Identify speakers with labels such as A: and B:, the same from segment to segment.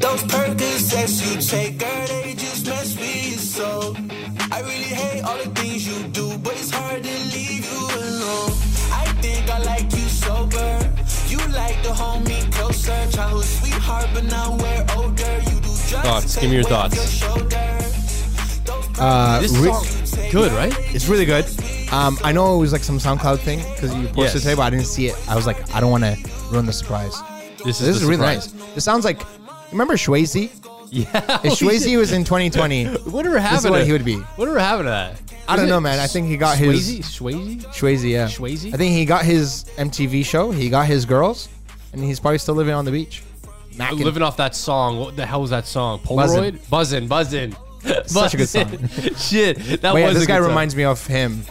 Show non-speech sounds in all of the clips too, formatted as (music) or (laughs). A: Those Percocets you take, girl, they just mess with your soul. I really hate all the things you do, but it's hard to leave you alone. I think I like you sober. You like the homie closer. Childhood sweetheart, but now we're older. You do drugs.
B: Thoughts. Give me your thoughts.
C: Uh,
B: This
C: re-
B: song, good, right?
C: It's really good. Um, I know it was like some SoundCloud thing because you posted
B: Yes.
C: today, but I didn't see it. I was like, I don't want to ruin the surprise.
B: This
C: So
B: is the
C: this is really
B: surprise.
C: nice. This sounds like. Remember Shwazy?
B: Yeah.
C: (laughs) If Shwazy was
B: (laughs)
C: in 2020,
B: Whatever happened?
C: what
B: to,
C: he would be.
B: Whatever happened to that?
C: I
B: Is
C: don't
B: it
C: know, man. I think he got
B: Swayze?
C: his
B: Swayze?
C: Shwazy. Yeah,
B: Swayze?
C: I think he got his MTV show. He got his girls, and he's probably still living on the beach. Mackin'.
B: Living off that song. What the hell was that song?
C: Buzzin'.
B: Polaroid? Buzzin'. Buzzin'.
C: Such a good
B: Buzzin'. (laughs) Shit. That
C: Wait, yeah,
B: was
C: this
B: a
C: guy
B: good song.
C: reminds me of him.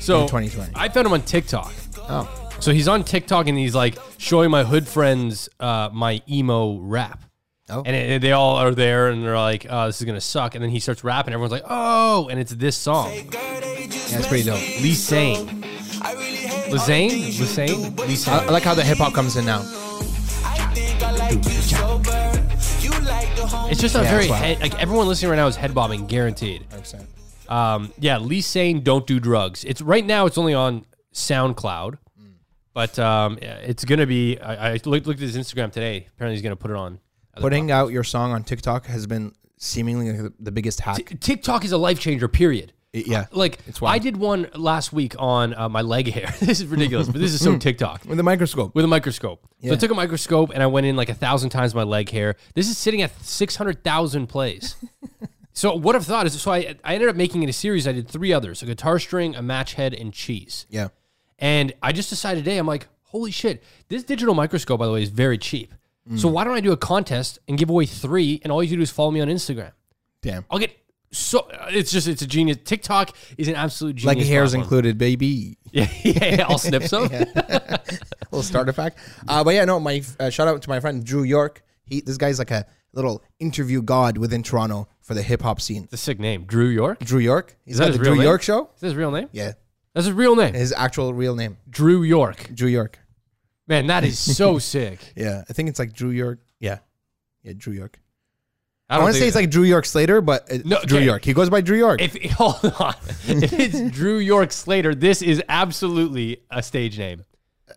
B: so,
C: in 2020.
B: I found him on TikTok.
C: Oh,
B: So he's on TikTok and he's like showing my hood friends uh, my emo rap.
C: Oh.
B: And it, they all are there and they're like, oh, this is going to suck. And then he starts rapping. Everyone's like, oh, and it's this song.
C: yeah, it's pretty dope.
B: Lee Sane. Lizane? Lizane? Lee
C: I,
B: Sane.
C: I like how the hip hop comes in now.
B: It's just not
C: Yeah,
B: very,
C: that's
B: head, like, everyone listening right now is head bobbing, guaranteed.
C: 100%.
B: Um, yeah, Lee Sane, don't do drugs. It's right now. It's only on SoundCloud, but um, it's gonna be. I, I looked, looked at his Instagram today. Apparently, he's gonna put it on.
C: Putting out your song on TikTok has been seemingly like the- the biggest hack.
B: T- TikTok is a life changer. Period.
C: I- yeah,
B: Like
C: It's wild.
B: I did one last week on uh, my leg hair. (laughs) this is ridiculous, but this is
C: (laughs)
B: so TikTok.
C: with a microscope.
B: With a microscope. So
C: Yeah.
B: I took a microscope and I went in like a thousand times my leg hair. This is sitting at 600,000
C: (laughs)
B: plays. so what I've thought is, so I, I ended up making it a series. I did three others, a guitar string, a match head, and cheese.
C: yeah,
B: And I just decided today, I'm like, holy shit, this digital microscope, by the way, is very cheap.
C: Mm.
B: So why don't I do a contest and give away three, and all you do is follow me on Instagram?
C: damn.
B: I'll get so uh, it's just it's a genius. TikTok is an absolute genius.
C: Like hairs
B: platform.
C: included, baby.
B: Yeah, (laughs) yeah, yeah, I'll
C: (laughs)
B: snip some.
C: little starter pack. Uh, but yeah, no. My uh, shout out to my friend Drew York. He this guy's like a little interview god within Toronto for the hip hop scene.
B: It's a sick name, Drew York.
C: Drew York. He's got
B: his
C: the
B: real
C: Drew
B: name?
C: York Show.
B: Is that his real name?
C: Yeah,
B: That's his real name,
C: his actual real name,
B: Drew York.
C: Drew York.
B: Man, that is so sick.
C: Yeah, I think it's like Drew York. Yeah, yeah, Drew York.
B: I
C: I
B: don't
C: want to say
B: think-
C: it's like Drew York Slater, but it's
B: No,
C: Drew
B: okay.
C: York. He goes by Drew York.
B: (laughs) If hold on, if it's Drew York Slater, this is absolutely a stage name.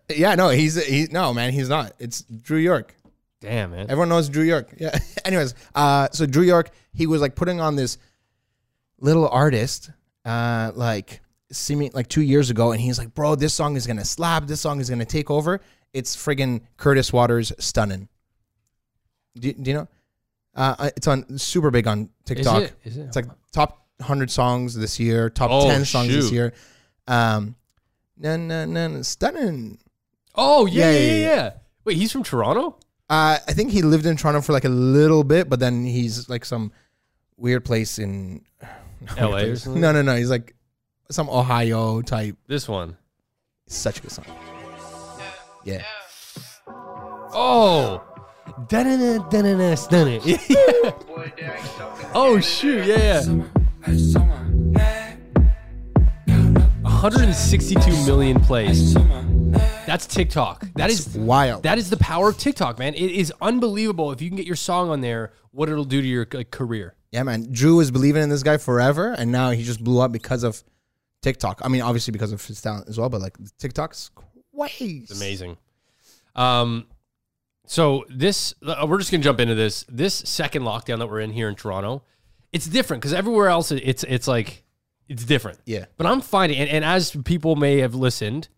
C: yeah, no, he's he, no man. He's not. It's Drew York.
B: Damn man.
C: Everyone knows Drew York. (laughs) Yeah. Anyways, uh, so Drew York, he was like putting on this little artist, uh, like seeming like two years ago, and he's like, "Bro, this song is gonna slap. This song is gonna take over." It's friggin' Curtis Waters, stunning. Do, do you know? Uh, uh, it's on super big on TikTok.
B: it? Is it?
C: It's like top hundred songs this year, top
B: Oh,
C: ten songs this
B: shoot.
C: year. Um, no, no, no, stunning.
B: Oh yeah yeah,
C: Yeah,
B: yeah,
C: yeah,
B: yeah. Wait, he's from Toronto.
C: Uh, I think he lived in Toronto for like a little bit, but then he's like some weird place in (sighs)
B: LA or
C: weird place.
B: something?
C: No, no, no. He's like some Ohio type.
B: This one.
C: Such a good song. Yeah.
B: Oh. (laughs) Da-da-da, da-da-da, stunning. Yeah. Oh shoot, yeah, yeah. 162 million plays. That's TikTok. That is
C: Wild.
B: that is the power of TikTok, man. It is unbelievable if you can get your song on there, what it'll do to your like, career.
C: yeah, man. Drew was believing in this guy forever, and now he just blew up because of TikTok. I mean, obviously because of his talent as well, but like TikTok's crazy.
B: Amazing. Um, so this uh, we're just gonna jump into this. This second lockdown that we're in here in Toronto, it's different because everywhere else it- it's it's like it's different.
C: Yeah.
B: But I'm finding, and, and as people may have listened,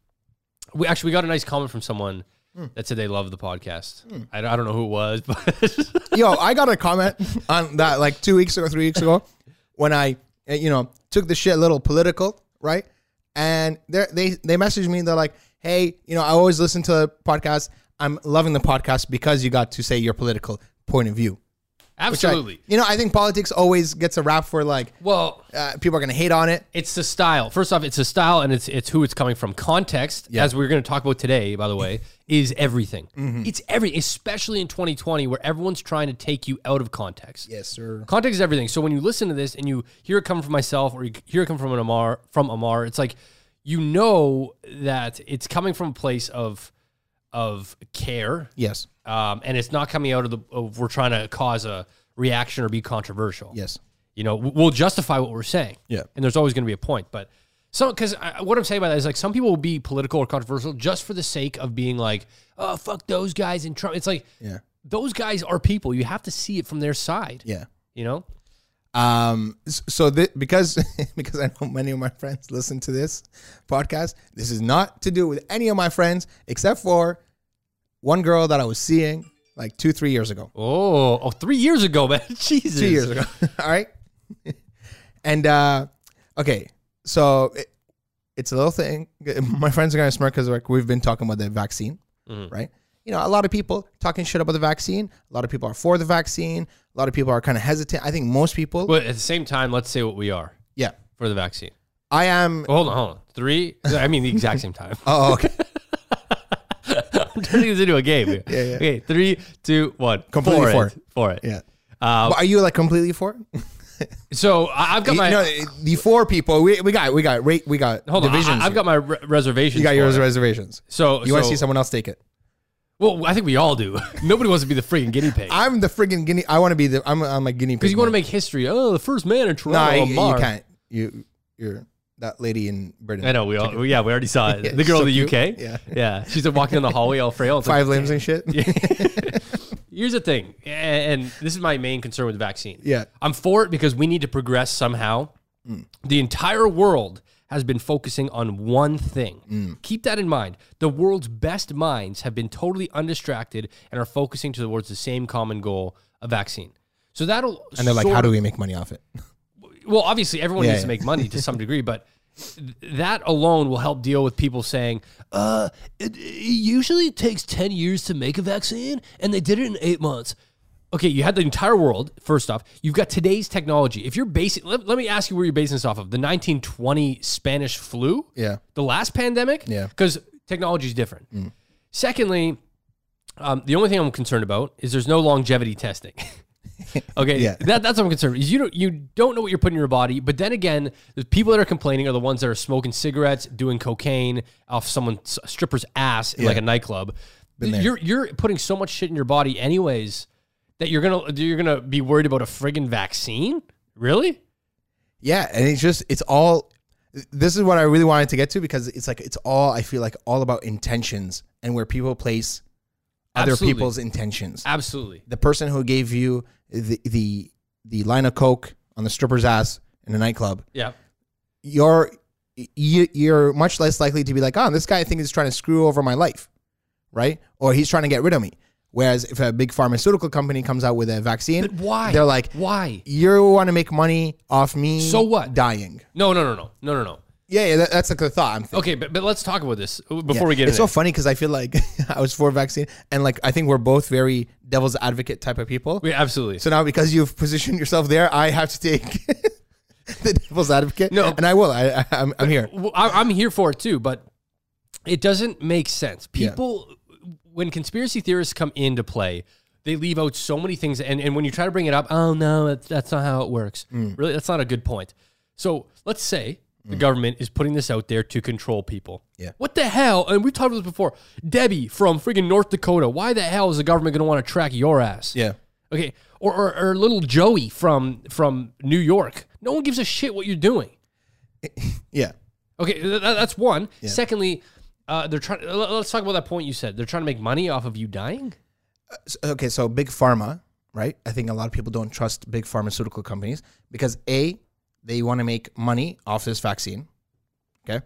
B: we actually we got a nice comment from someone
C: Hmm.
B: that said they love the podcast. I, don't- I don't know who it was, (laughs) but
C: Yo, I got a comment on that like two weeks ago, three weeks ago, when I, uh, you know, took the shit a little political, right? And they they they messaged me. They're like, "Hey, you know, I always listen to the podcast. I'm loving the podcast because you got to say your political point of view." Which I-
B: absolutely.
C: you know, I think politics always gets a rap for like
B: well,
C: uh, people are gonna hate on it.
B: It's the style. First off, it's the style and it's it's who it's coming from. Context, as we're going to talk about today, by the way, is everything. It's everything, especially in 2020 where everyone's trying to take you out of context.
C: Yes, sir.
B: Context is everything. So when you listen to this and you hear it come from myself or you hear it come from an Amar from Amar, it's like you know that it's coming from a place of of care,
C: Yes.
B: um, and it's not coming out of the of we're trying to cause a reaction or be controversial.
C: Yes.
B: you know w- we'll justify what we're saying
C: Yeah.
B: and there's always going to be a point but some because what i'm saying by that is like some people will be political or controversial just for the sake of being like oh fuck those guys and trump it's like
C: Yeah.
B: those guys are people you have to see it from their side
C: Yeah.
B: you know
C: Um, s- so th- because (laughs) because I know many of my friends listen to this podcast, this is not to do with any of my friends except for one girl that I was seeing like two three years ago.
B: oh oh three years ago (laughs) man jesus
C: Two years ago. (laughs) All right. and uh, okay, so it, it's a little thing. (laughs) My friends are gonna smirk because like we've been talking about the vaccine, right? You know, a lot of people talking shit about the vaccine. A lot of people are for the vaccine. A lot of people are kind of hesitant. I think most people,
B: but at the same time let's say what we are
C: yeah.
B: for the vaccine
C: I am
B: Well, hold on hold on three i mean the exact same
C: (laughs)
B: time (laughs)
C: Oh, okay.
B: i'm turning this into a game yeah,
C: yeah.
B: okay three two one
C: Completely for
B: it for it
C: yeah.
B: Uh,
C: but are you like completely for it?
B: so I- i've got
C: You
B: my
C: know, the four people we, we got we got rate we got
B: Hold on, I-
C: divisions.
B: I, have
C: here.
B: got my re- reservations.
C: you got
B: for
C: yours
B: it.
C: reservations.
B: So
C: You want to
B: so-
C: see someone else take it?
B: Well, I think we all do. (laughs) Nobody wants to be the freaking guinea pig
C: I'm the friggin' guinea. I want to be the. I'm I'm a guinea pig.
B: because you want to
C: man.
B: make history. Oh, the first man in Toronto
C: Nah,
B: on
C: you, you
B: Mars.
C: can't. You you're that lady in Britain.
B: I know we all. Yeah, we already saw it.
C: (laughs) Yeah,
B: the girl
C: so
B: in the
C: cute.
B: UK.
C: Yeah.
B: yeah. She's walking in the hallway all frail. It's like,
C: Five limbs and shit.
B: (laughs)
C: Yeah.
B: Here's the thing, a- and this is my main concern with the vaccine.
C: Yeah. Mm.
B: I'm for it because we need to progress somehow. The entire world has been focusing on one thing.
C: Mm.
B: Keep that in mind. The world's best minds have been totally undistracted and are focusing towards the same common goal, a vaccine. So that'll
C: And they're like, how do we make money off it?
B: well, obviously, everyone
C: Yeah,
B: needs to
C: yeah.
B: make money to
C: (laughs)
B: some degree, but th- that alone will help deal with people saying, uh, it, it usually takes 10 years to make a vaccine, and they did it in eight months. Okay, you had the entire world, first off. You've got today's technology. If you're basing, let, let me ask you where you're basing this off of the 1920 Spanish flu,
C: Yeah.
B: the last pandemic,
C: Yeah. Mm.
B: because technology is different. Secondly, um, the only thing I'm concerned about is there's no longevity testing. (laughs) okay,
C: Yeah.
B: that, that's what I'm concerned. Is you don't you don't know what you're putting in your body. But then again, the people that are complaining are the ones that are smoking cigarettes, doing cocaine off someone s- a stripper's ass in like a nightclub. You're you're putting so much shit in your body, anyways, that you're gonna you're gonna be worried about a friggin' vaccine. Really?
C: Yeah, and it's just it's all. This is what I really wanted to get to because it's like it's all I feel like all about intentions and where people place other
B: Absolutely.
C: people's intentions.
B: Absolutely.
C: the person who gave you the the the line of coke on the stripper's ass in a nightclub,
B: Yeah.
C: you're you, you're much less likely to be like, oh, this guy I think is trying to screw over my life, right? Or he's trying to get rid of me. Whereas if a big pharmaceutical company comes out with a vaccine,
B: Why?
C: they're like,
B: why?
C: you want to make money off me?
B: So what?
C: Dying.
B: No, no, no, no, no, no, no.
C: Yeah, yeah that, that's like the thought I'm thinking.
B: Okay, but, but let's talk about this uh, before we get
C: it's
B: into
C: so funny because I feel like (laughs) I was for vaccine, and like I think we're both very devil's advocate type of people.
B: it. Yeah, absolutely.
C: So now, because you've positioned yourself there, I have to take (laughs) the devil's advocate.
B: No.
C: and I will. I, I I'm, I'm here.
B: Well, I, I'm here for it too, but it doesn't make sense. People, when conspiracy theorists come into play, they leave out so many things. And, and when you try to bring it up, oh, no, that's, that's not how it works.
C: Mm.
B: Really, that's not a good point. So let's say the government is putting this out there to control people.
C: Yeah.
B: What the hell? And we've talked about this before. Debbie from friggin' North Dakota. Why the hell is the government going to want to track your ass?
C: Yeah,
B: Okay. Or, or, or little Joey from from New York. No one gives a shit what you're doing.
C: yeah,
B: Okay, th- th- that's one. Secondly, uh, they're trying. l- Let's talk about that point you said. They're trying to make money off of you dying.
C: S- Okay, so big pharma, right? I think a lot of people don't trust big pharmaceutical companies because a they want to make money off this vaccine. Okay,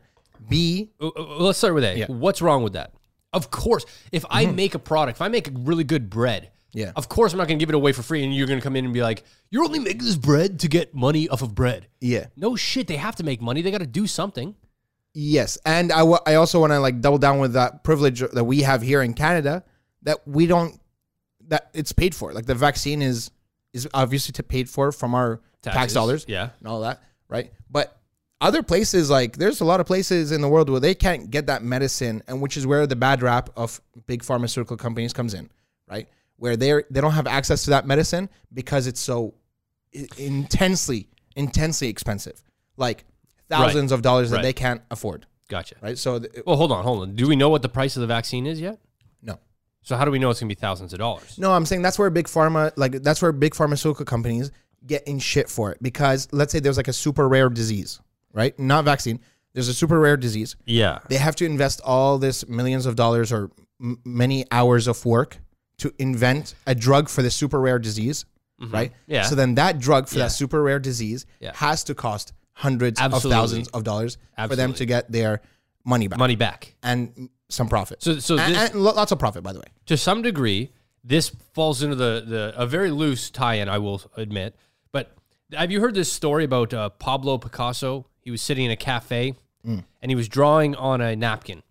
C: b
B: Uh, uh, Let's start with that.
C: Yeah. Mm-hmm.
B: What's wrong with that? Of course, if I make a product, if I make a really good bread,
C: Yeah.
B: of course I'm not going to give it away for free, and you're going to come in and be like, "You're only making this bread to get money off of bread."
C: yeah,
B: No shit, they have to make money. They got to do something.
C: yes, and I wa- I also want to like double down with that privilege that we have here in Canada that we don't that it's paid for. Like the vaccine is is obviously to paid for from our tax
B: Taxes,
C: dollars.
B: yeah.
C: and all that, right? But other places, like there's a lot of places in the world where they can't get that medicine, and which is where the bad rap of big pharmaceutical companies comes in, right? Where they are they don't have access to that medicine because it's so i- intensely intensely expensive, like thousands of dollars that
B: Right.
C: they can't afford.
B: Gotcha.
C: right? So th-
B: Well, hold on, hold on. Do we know what the price of the vaccine is yet?
C: no.
B: So how do we know it's going to be thousands of dollars?
C: No, I'm saying that's where big pharma, like that's where big pharmaceutical companies get in shit for it because let's say there's like a super rare disease, right? Not vaccine. There's a super rare disease.
B: Yeah.
C: They have to invest all this millions of dollars or m- many hours of work to invent a drug for this super rare disease, right?
B: Mm-hmm. Yeah.
C: So then that drug for
B: Yeah.
C: that super rare disease
B: Yeah.
C: has to cost hundreds
B: Absolutely.
C: of thousands of dollars for them
B: Absolutely.
C: to get their money back
B: Money back.
C: and some profit.
B: So so
C: and,
B: this,
C: and lo- lots of profit, by the way.
B: to some degree, this falls into the, the a very loose tie-in, I will admit. But have you heard this story about uh, Pablo Picasso? He was sitting in a cafe and he was drawing on a napkin.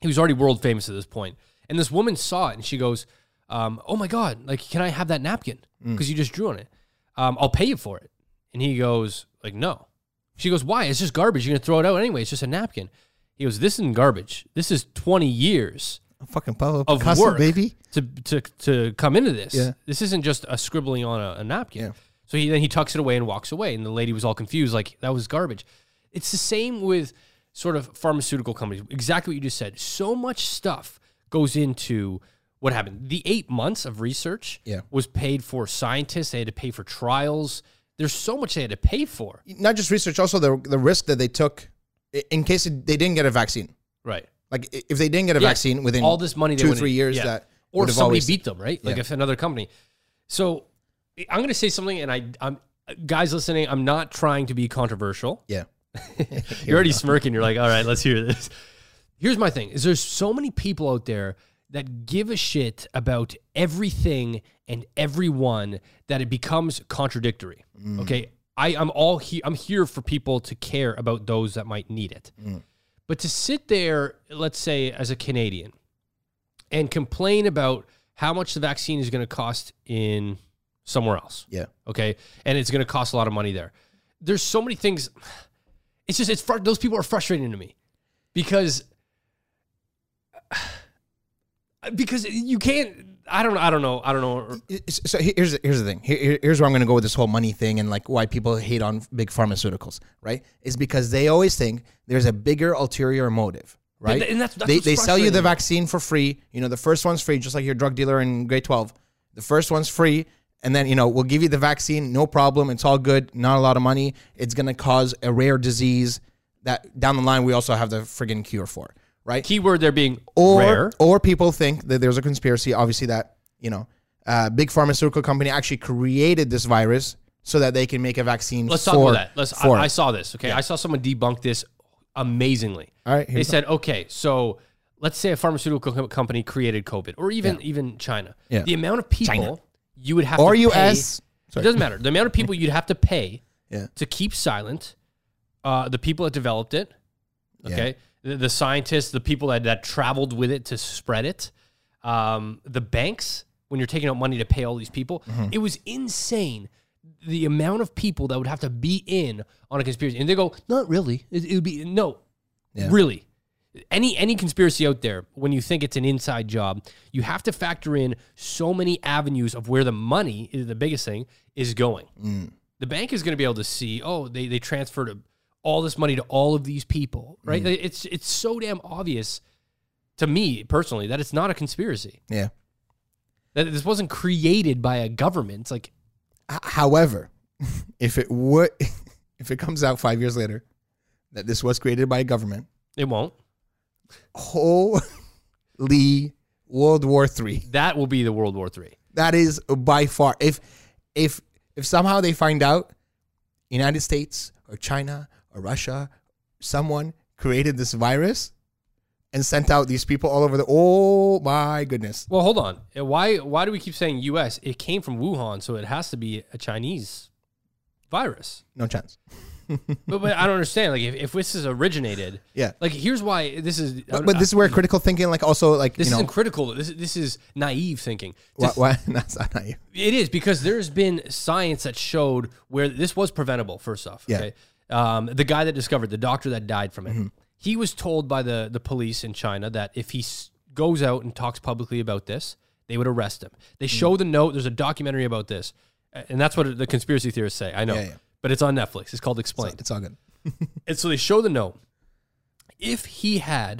B: He was already world famous at this point, and this woman saw it and she goes, um, "Oh my god! Like, can I have that napkin? Because you just drew on it. Um, I'll pay you for it." And he goes, "Like, no." She goes, "Why? It's just garbage. You're gonna throw it out anyway. It's just a napkin." He goes, "This isn't garbage. This is 20 years."
C: Fucking Pablo
B: of
C: Picasso,
B: work
C: baby.
B: to to to come into this.
C: Yeah.
B: This isn't just a scribbling on a, a napkin.
C: Yeah.
B: So he then he tucks it away and walks away, and the lady was all confused, like that was garbage. It's the same with sort of pharmaceutical companies. Exactly what you just said. So much stuff goes into what happened. The eight months of research
C: Yeah.
B: was paid for scientists. They had to pay for trials. There's so much they had to pay for.
C: not just research, also the the risk that they took i- in case it- they didn't get a vaccine.
B: Right.
C: Like i- if they didn't get a
B: Yeah.
C: vaccine within
B: all this money they
C: two
B: went in-
C: three years,
B: yeah.
C: that
B: or
C: would
B: if
C: have
B: somebody
C: always-
B: beat them, right? Like
C: Yeah.
B: if another company. So I'm going to say something, and I, I'm guys listening. I'm not trying to be controversial.
C: Yeah,
B: (laughs) You're already smirking. You're like, all right, let's hear this. Here's my thing: is there's so many people out there that give a shit about everything and everyone that it becomes contradictory. Okay, I, I'm all he, I'm here for people to care about those that might need it, but to sit there, let's say as a Canadian, and complain about how much the vaccine is going to cost in somewhere else
C: yeah,
B: okay and it's going to cost a lot of money there there's so many things it's just it's fr- those people are frustrating to me because (sighs) because you can't i don't i don't know i don't know
C: It's- So he- here's here's the thing. Here- Here, here's where I'm going to go with this whole money thing and like why people hate on big pharmaceuticals, right? Is because they always think there's a bigger ulterior motive, right?
B: and that's- that's
C: they
B: what's
C: they sell you the
B: frustrating.
C: vaccine for free. You know, the first one's free, just like your drug dealer in grade 12. The first one's free, and then you know we'll give you the vaccine, no problem. It's all good, not a lot of money. It's going to cause a rare disease that down the line we also have the friggin' cure for, right?
B: keyword there being
C: or
B: rare
C: or people think that there's a conspiracy. Obviously, that you know, uh, big pharmaceutical company actually created this virus so that they can make a vaccine.
B: let's
C: for,
B: talk about that let's I,
C: for
B: I
C: it.
B: saw this okay i saw someone debunk this amazingly
C: All right, here
B: they
C: we go.
B: said okay so let's say a pharmaceutical co- company created covid or even even china
C: Yeah.
B: the amount of people you would have
C: or
B: to
C: U.S.
B: pay, it doesn't matter the amount of people you'd have to pay
C: Yeah.
B: to keep silent uh, the people that developed it okay the, the scientists the people that, that traveled with it to spread it um, the banks when you're taking out money to pay all these people it was insane the amount of people that would have to be in on a conspiracy and they go not really it, it would be no really any any conspiracy out there when you think it's an inside job you have to factor in so many avenues of where the money is the biggest thing is going the bank is going to be able to see oh they they transferred a- all this money to all of these people right it's it's so damn obvious to me personally that it's not a conspiracy
C: Yeah.
B: that this wasn't created by a government like
C: H- however, (laughs) if it would, (laughs) if it comes out five years later that this was created by a government,
B: it won't
C: holy World War Three.
B: that will be the world war 3
C: That is by far. If if if somehow they find out United States or China or Russia, someone created this virus and sent out these people all over the oh my goodness.
B: well hold on Uh, why why do we keep saying us it came from wuhan so it has to be a chinese virus
C: No chance.
B: but, but I don't understand. Like, if, if this is originated,
C: Yeah.
B: Like, here's why this is.
C: But, but this is where critical thinking like also like
B: this
C: you
B: isn't
C: know
B: critical. This this is naive thinking. To-
C: why, (laughs) why that's not how you.
B: It is because there's been science that showed where this was preventable. First off,
C: Yeah. Mm-hmm.
B: okay? um, the guy that discovered the doctor that died from it, he was told by the the police in China that if he s- goes out and talks publicly about this, they would arrest him. They
C: Mm.
B: show the note. There's a documentary about this, a- and that's what the conspiracy theorists say. I know,
C: Yeah, yeah.
B: but it's on Netflix. It's called Explained.
C: It's all good.
B: And so they show the note. if he had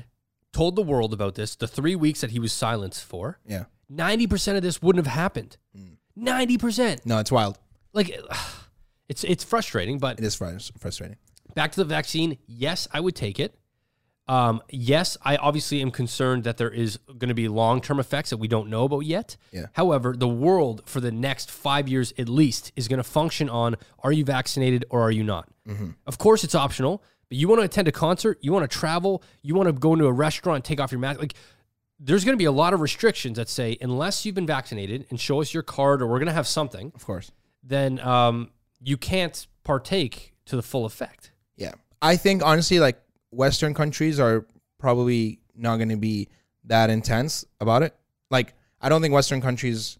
B: told the world about this, the three weeks that he was silenced for,
C: Yeah.
B: 90% of this wouldn't have happened.
C: Mm.
B: 90%.
C: No, it's wild.
B: Like, (sighs) it's, it's frustrating, but
C: It is frus- frustrating.
B: back to the vaccine. Yes, I would take it. Um, yes, I obviously am concerned that there is going to be long term effects that we don't know about yet.
C: Yeah.
B: However, the world for the next five years at least is going to function on are you vaccinated or are you not?
C: Mm-hmm.
B: Of course, it's optional, but you want to attend a concert, you want to travel, you want to go into a restaurant, take off your mask. Like, there's going to be a lot of restrictions that say, unless you've been vaccinated and show us your card or we're going to have something,
C: Of course.
B: then um, you can't partake to the full effect.
C: Yeah. I think honestly, like Western countries are probably not going to be that intense about it. Like, I don't think Western countries,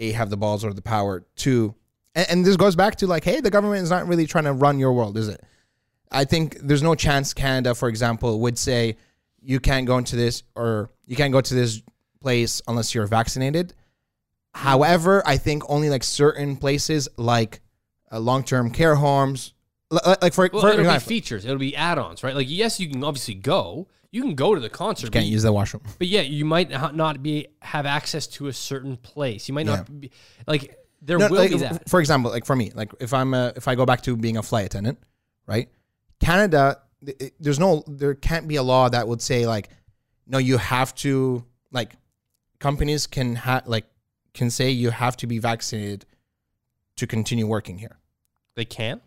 C: A, have the balls or the power to, and, and this goes back to like, hey, the government is not really trying to run your world, is it? I think there's no chance Canada, for example, would say you can't go into this or you can't go to this place unless you're vaccinated. However, I think only like certain places, like uh, long-term care homes, li- li- like for,
B: Well,
C: for
B: it'll be
C: example,
B: features. It'll be add-ons, right? Like, yes, you can obviously go. You can go to the concert, but,
C: can't use the washroom.
B: but yeah, you might ha- not be have access to a certain place. You might not be like there
C: No,
B: will
C: like,
B: be
C: f-
B: that.
C: For example, like for me, like if I'm a, if I go back to being a flight attendant, right? Canada, th- it- there's no, there can't be a law that would say like, no, you have to like, companies can ha- like can say you have to be vaccinated to continue working here.
B: They can,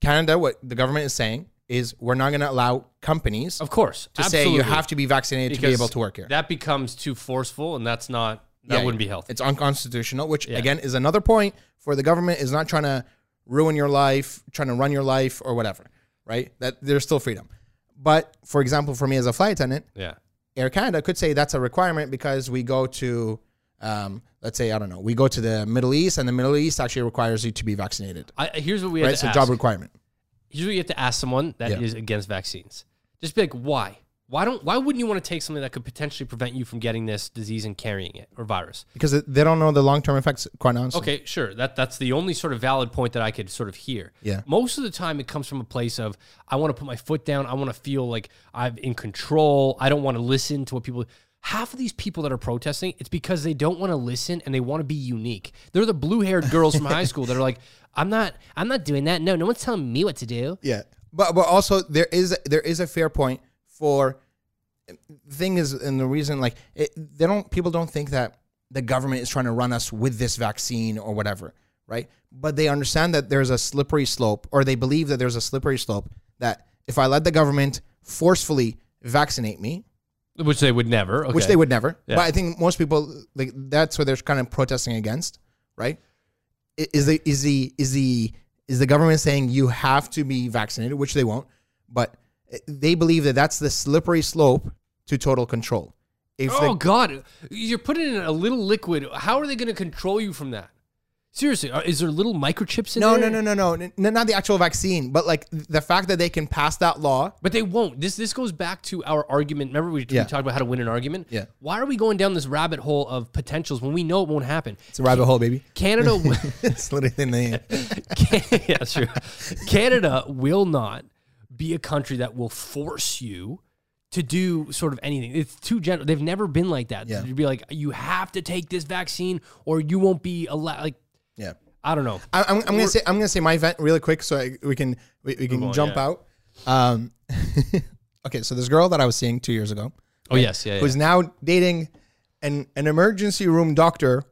C: Canada, what the government is saying is we're not going to allow companies
B: of course,
C: to say you have to be vaccinated to be able to work here.
B: That becomes too forceful, and that's not that
C: Yeah,
B: wouldn't
C: yeah.
B: be healthy.
C: It's unconstitutional, which
B: Yeah.
C: again is another point for the government is not trying to ruin your life, trying to run your life or whatever, right? That there's still freedom. But for example, for me as a flight attendant,
B: Yeah,
C: Air Canada could say that's a requirement because we go to, um, let's say I don't know, we go to the Middle East, and the Middle East actually requires you to be vaccinated,
B: I, here's what we have
C: right?
B: to
C: So
B: ask.
C: job requirement.
B: here's what you have to ask someone that is
C: Yeah.
B: against vaccines. Just be like, why? Why don't? Why wouldn't you want to take something that could potentially prevent you from getting this disease and carrying it or virus?
C: Because they don't know the long term effects, quite honestly.
B: Okay, sure. That that's the only sort of valid point that I could sort of hear.
C: Yeah.
B: Most of the time, it comes from a place of I want to put my foot down. I want to feel like I'm in control. I don't want to listen to what people. Half of these people that are protesting, it's because they don't want to listen and they want to be unique. They're the blue-haired girls from (laughs) high school that are like, I'm not, I'm not doing that. No, no one's telling me what to do.
C: Yeah, but but also there is there is a fair point for the thing is and the reason like it, they don't people don't think that the government is trying to run us with this vaccine or whatever, right? But they understand that there's a slippery slope, or they believe that there's a slippery slope that if I let the government forcefully vaccinate me,
B: Which they would never. Okay.
C: which they would never. But I think most people like that's what they're kind of protesting against, right? I- Is the is the is the is the government saying you have to be vaccinated, which they won't, but eh, they believe that that's the slippery slope to total control. If
B: Oh
C: the,
B: God, you're putting in a little liquid. How are they going to control you from that? Seriously, are- is there little microchips in
C: no,
B: there?
C: no, no, no, no, n- not the actual vaccine, but like the fact that they can pass that law.
B: But they won't. This this goes back to our argument. Remember we, we
C: Yeah.
B: talked about how to win an argument.
C: Yeah.
B: Why are we going down this rabbit hole of potentials when we know it won't happen?
C: It's a rabbit hole, baby. (laughs)
B: Canada, w-
C: it's literally in the
B: Can- (laughs) yeah, sure. Canada will not be a country that will force you to do sort of anything. It's too general. They've never been like that.
C: Yeah.
B: You'd be like, you have to take this vaccine or you won't be allowed. Like,
C: yeah.
B: I don't know.
C: I- I'm, I'm gonna say I'm gonna say my event really quick so I, we can we, we can
B: on,
C: jump
B: yeah.
C: out. Um, (laughs) okay, so this girl that I was seeing two years ago,
B: Oh yes, yeah. yeah.
C: who's now dating an an emergency room doctor,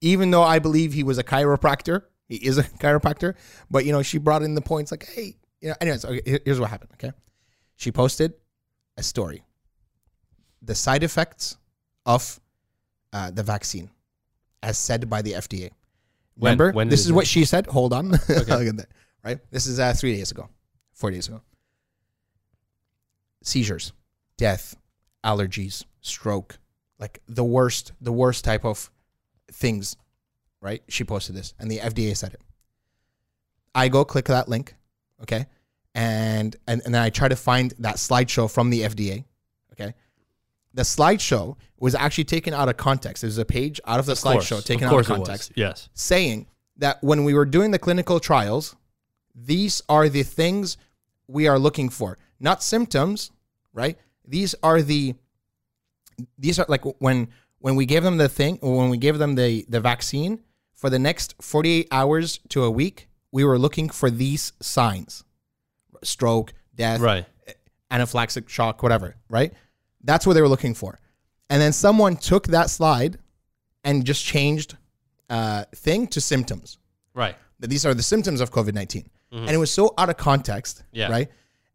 C: even though I believe he was a chiropractor. He is a (laughs) chiropractor, but you know she brought in the points like, hey, you know. Anyways, okay, here- here's what happened. Okay, she posted a story. The side effects of uh, the vaccine, as said by the FDA.
B: When-
C: Remember,
B: when
C: this
B: did
C: is
B: it-
C: what she said. Hold on, (laughs) I'll get that. Right, this is uh, three days ago, four days ago. Seizures, death, allergies, stroke, like the worst, the worst type of things. Right? She posted this, and the FDA said it. I go click that link, okay, and and, and then I try to find that slideshow from the FDA, okay. The slideshow was actually taken out of context. There's a page out of the
B: Of course.
C: slideshow taken
B: Of
C: out of
B: course it was.
C: context
B: Yes.
C: saying that when we were doing the clinical trials, these are the things we are looking for, not symptoms, right? These are the these are like when when we gave them the thing when we gave them the the vaccine for the next 48 hours to a week we were looking for these signs stroke death
B: Right.
C: anaphylaxis shock whatever right that's what they were looking for and then someone took that slide and just changed uh, thing to symptoms
B: Right.
C: that these are the symptoms of COVID 19. And it was so out of context.
B: Mm-hmm. Yeah.
C: Right.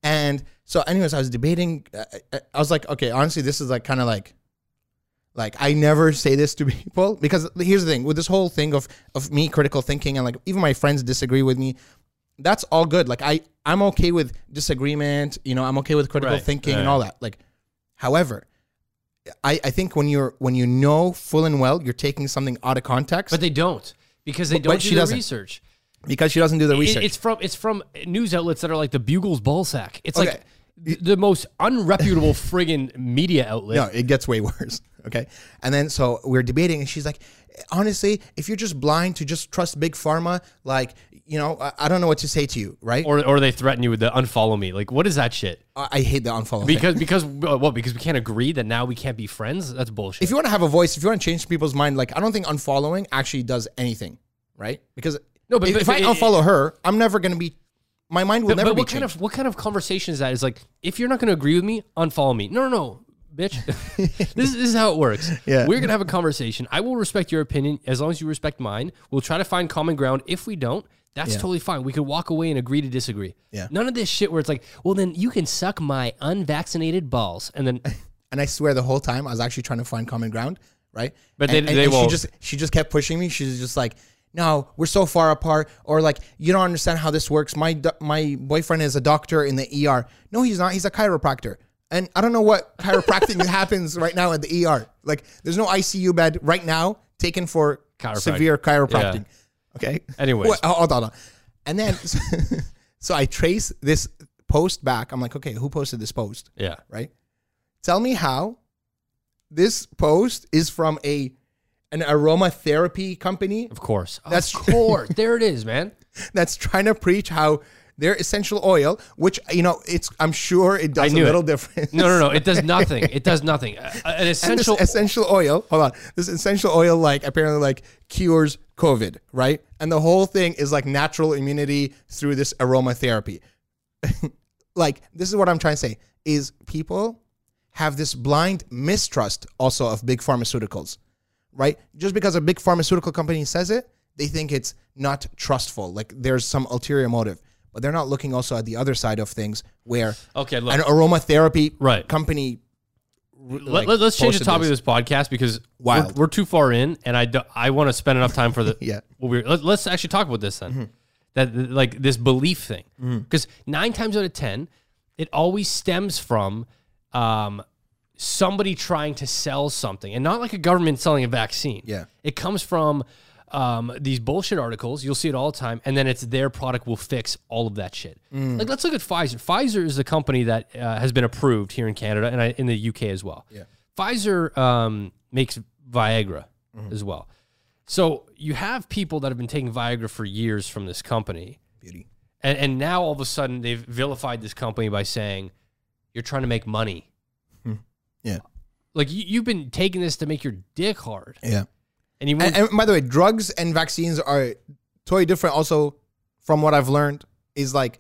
C: And so, anyways, I was debating. Uh, I- I was like, okay, honestly, this is like kind of like, like I never (laughs) say this to people (laughs) because here's the thing with this whole thing of of me critical thinking and like even my friends disagree with me. That's all good. Like I I'm okay with disagreement. You know, I'm okay with critical
B: Right,
C: thinking and
B: right.
C: all that. Like, however. I, I think when you're when you know full and well you're taking something out of context
B: But they don't because they
C: But-
B: don't
C: but
B: do
C: she
B: the
C: doesn't.
B: research.
C: because she doesn't do the
B: It-
C: research.
B: it's from it's from news outlets that are like the Bugle's ballsack. It's
C: Okay.
B: like th- the most
C: (laughs)
B: unreputable friggin' media outlet.
C: No, it gets way (laughs) worse. Okay. And then so we're debating, and she's like, honestly, if you're just blind to just trust big pharma, like, you know, I, I don't know what to say to you, right?
B: Or or they threaten you with the unfollow me. Like what is that shit?
C: I, I hate the unfollow. thing.
B: Because because uh, what? Because we can't agree that now we can't be friends. That's bullshit.
C: if you want to have a voice, if you want to change people's mind, like, I don't think unfollowing actually does anything, right? Because
B: No, but-
C: if,
B: but-
C: if I
B: but-
C: unfollow her, I'm never going to be, my mind will
B: but,
C: never
B: but
C: be
B: what
C: changed.
B: kind of what kind of conversation is that? Is like if you're not going to agree with me, unfollow me. No, no, no,
C: (laughs)
B: bitch. this, is- this is how it works.
C: Yeah.
B: we're gonna have a conversation. I will respect your opinion as long as you respect mine. We'll try to find common ground. If we don't, that's totally fine. We could walk away and agree to disagree.
C: Yeah.
B: None of this shit where it's like, well, then you can suck my unvaccinated balls, and
C: (laughs)
B: then
C: and I swear the whole time I was actually trying to find common ground, right?
B: But
C: And-
B: they-
C: and-
B: they
C: and she
B: won't.
C: just she just kept pushing me. She's just like, "No, we're so far apart," or like, "You don't understand how this works." My do- my boyfriend is a doctor in the ER. No, he's not. He's a chiropractor, and I don't know
B: (laughs)
C: what (laughs) chiropractic happens right now at the ER. Like, there's no ICU bed right now taken for
B: Chiropractic.
C: severe chiropractic. Okay.
B: Anyways.
C: Wait, hold on, hold on. And then, (laughs) so I trace this post back. I'm like, okay, who posted this post?
B: yeah,
C: right? Tell me how this post is from a an aromatherapy company
B: of course.
C: That's-
B: of course. there it is, man.
C: that's trying to preach how their essential oil, which you know, it's I'm sure it does a
B: knew it.
C: little different.
B: No, no, no. It
C: (laughs)
B: does nothing. It does nothing. Uh, an
C: And this
B: essential.
C: essential oil, hold on. This essential oil, like apparently, like cures COVID, right? And the whole thing is like natural immunity through this aromatherapy. (laughs) like this is what I'm trying to say: is people have this blind mistrust also of big pharmaceuticals, right? Just because a big pharmaceutical company says it, they think it's not trustful. Like there's some ulterior motive, but they're not looking also at the other side of things where
B: Okay, look.
C: an aromatherapy
B: Right.
C: company.
B: Let, let, us change the
C: posted
B: topic
C: this.
B: of this podcast because we're,
C: Wild.
B: we're too far in, and I, do, I want to spend enough time for the
C: (laughs) Yeah. Mm-hmm.
B: What we're, let, us actually talk about this then, that like this belief thing, because nine times out of ten, it always stems from um, somebody trying to sell something, and not like a government selling a vaccine.
C: Yeah.
B: it comes from um, these bullshit articles. You'll see it all the time, and then it's their product will fix all of that shit. Like let's look at Pfizer. Pfizer is a company that uh, has been approved here in Canada and I, in the UK as well. Yeah. Pfizer um, makes Viagra as well. So you have people that have been taking Viagra for years from this company,
C: Beauty.
B: and, and now all of a sudden they've vilified this company by saying you're trying to make money.
C: Hmm. Yeah.
B: Like you, you've been taking this to make your dick hard,
C: Yeah.
B: and you
C: And, and by the way, drugs and vaccines are totally different. Also, from what I've learned, is like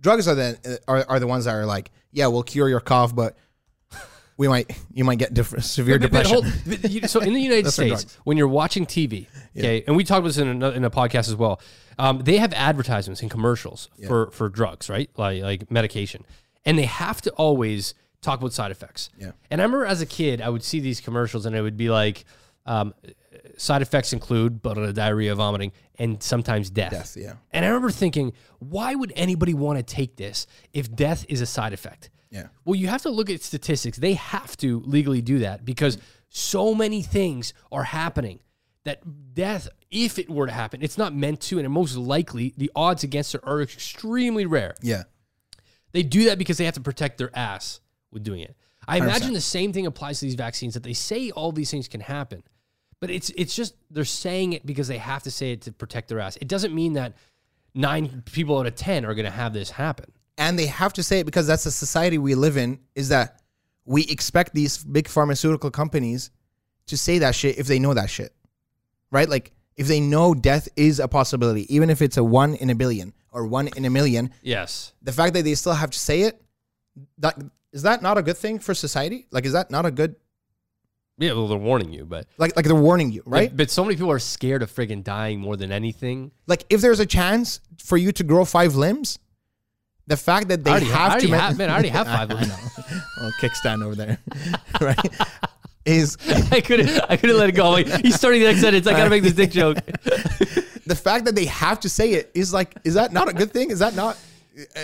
C: drugs are the are, are the ones that are like, yeah, we'll cure your cough, but we might you might get different severe
B: But- but
C: depression.
B: hold- but you- so in the
C: (laughs)
B: United
C: That's our
B: States,
C: drugs.
B: when you're watching TV, okay, and we talked about this in a, in a podcast as well, um, they have advertisements and commercials for for drugs, right? Like like medication, and they have to always talk about side effects.
C: Yeah.
B: And I remember as a kid, I would see these commercials, and it would be like. Um, side effects include but diarrhea, vomiting, and sometimes death.
C: Death, yeah.
B: And I remember thinking, why would anybody want to take this if death is a side effect?
C: Yeah.
B: Well, you have to look at statistics. They have to legally do that because so many things are happening that death, if it were to happen, it's not meant to, and most likely the odds against it are extremely rare.
C: yeah,
B: They do that because they have to protect their ass with doing it. I imagine the same thing applies to these vaccines that they say all these things can happen, but it's it's just they're saying it because they have to say it to protect their ass. It doesn't mean that nine people out of ten are going to have this happen.
C: and they have to say it because that's the society we live in is that we expect these big pharmaceutical companies to say that shit if they know that shit right like if they know death is a possibility even if it's a one in a billion or one in a million
B: Yes.
C: the fact that they still have to say it that is that not a good thing for society like is that not a good
B: Yeah, well, they're warning you, but
C: like like they're warning you right
B: But, but so many people are scared of friggin' dying more than anything.
C: like if there's a chance for you to grow five limbs the fact that they
B: I already
C: have
B: I already
C: to ma-
B: have, man, I already have five limbs.
C: (laughs) oh, kickstand over there (laughs) right is
B: I couldn't. I couldn't let it go. Like, he's starting the next sentence. I gotta make this dick joke.
C: the fact that they have to say it is like is that not a good thing is that not uh,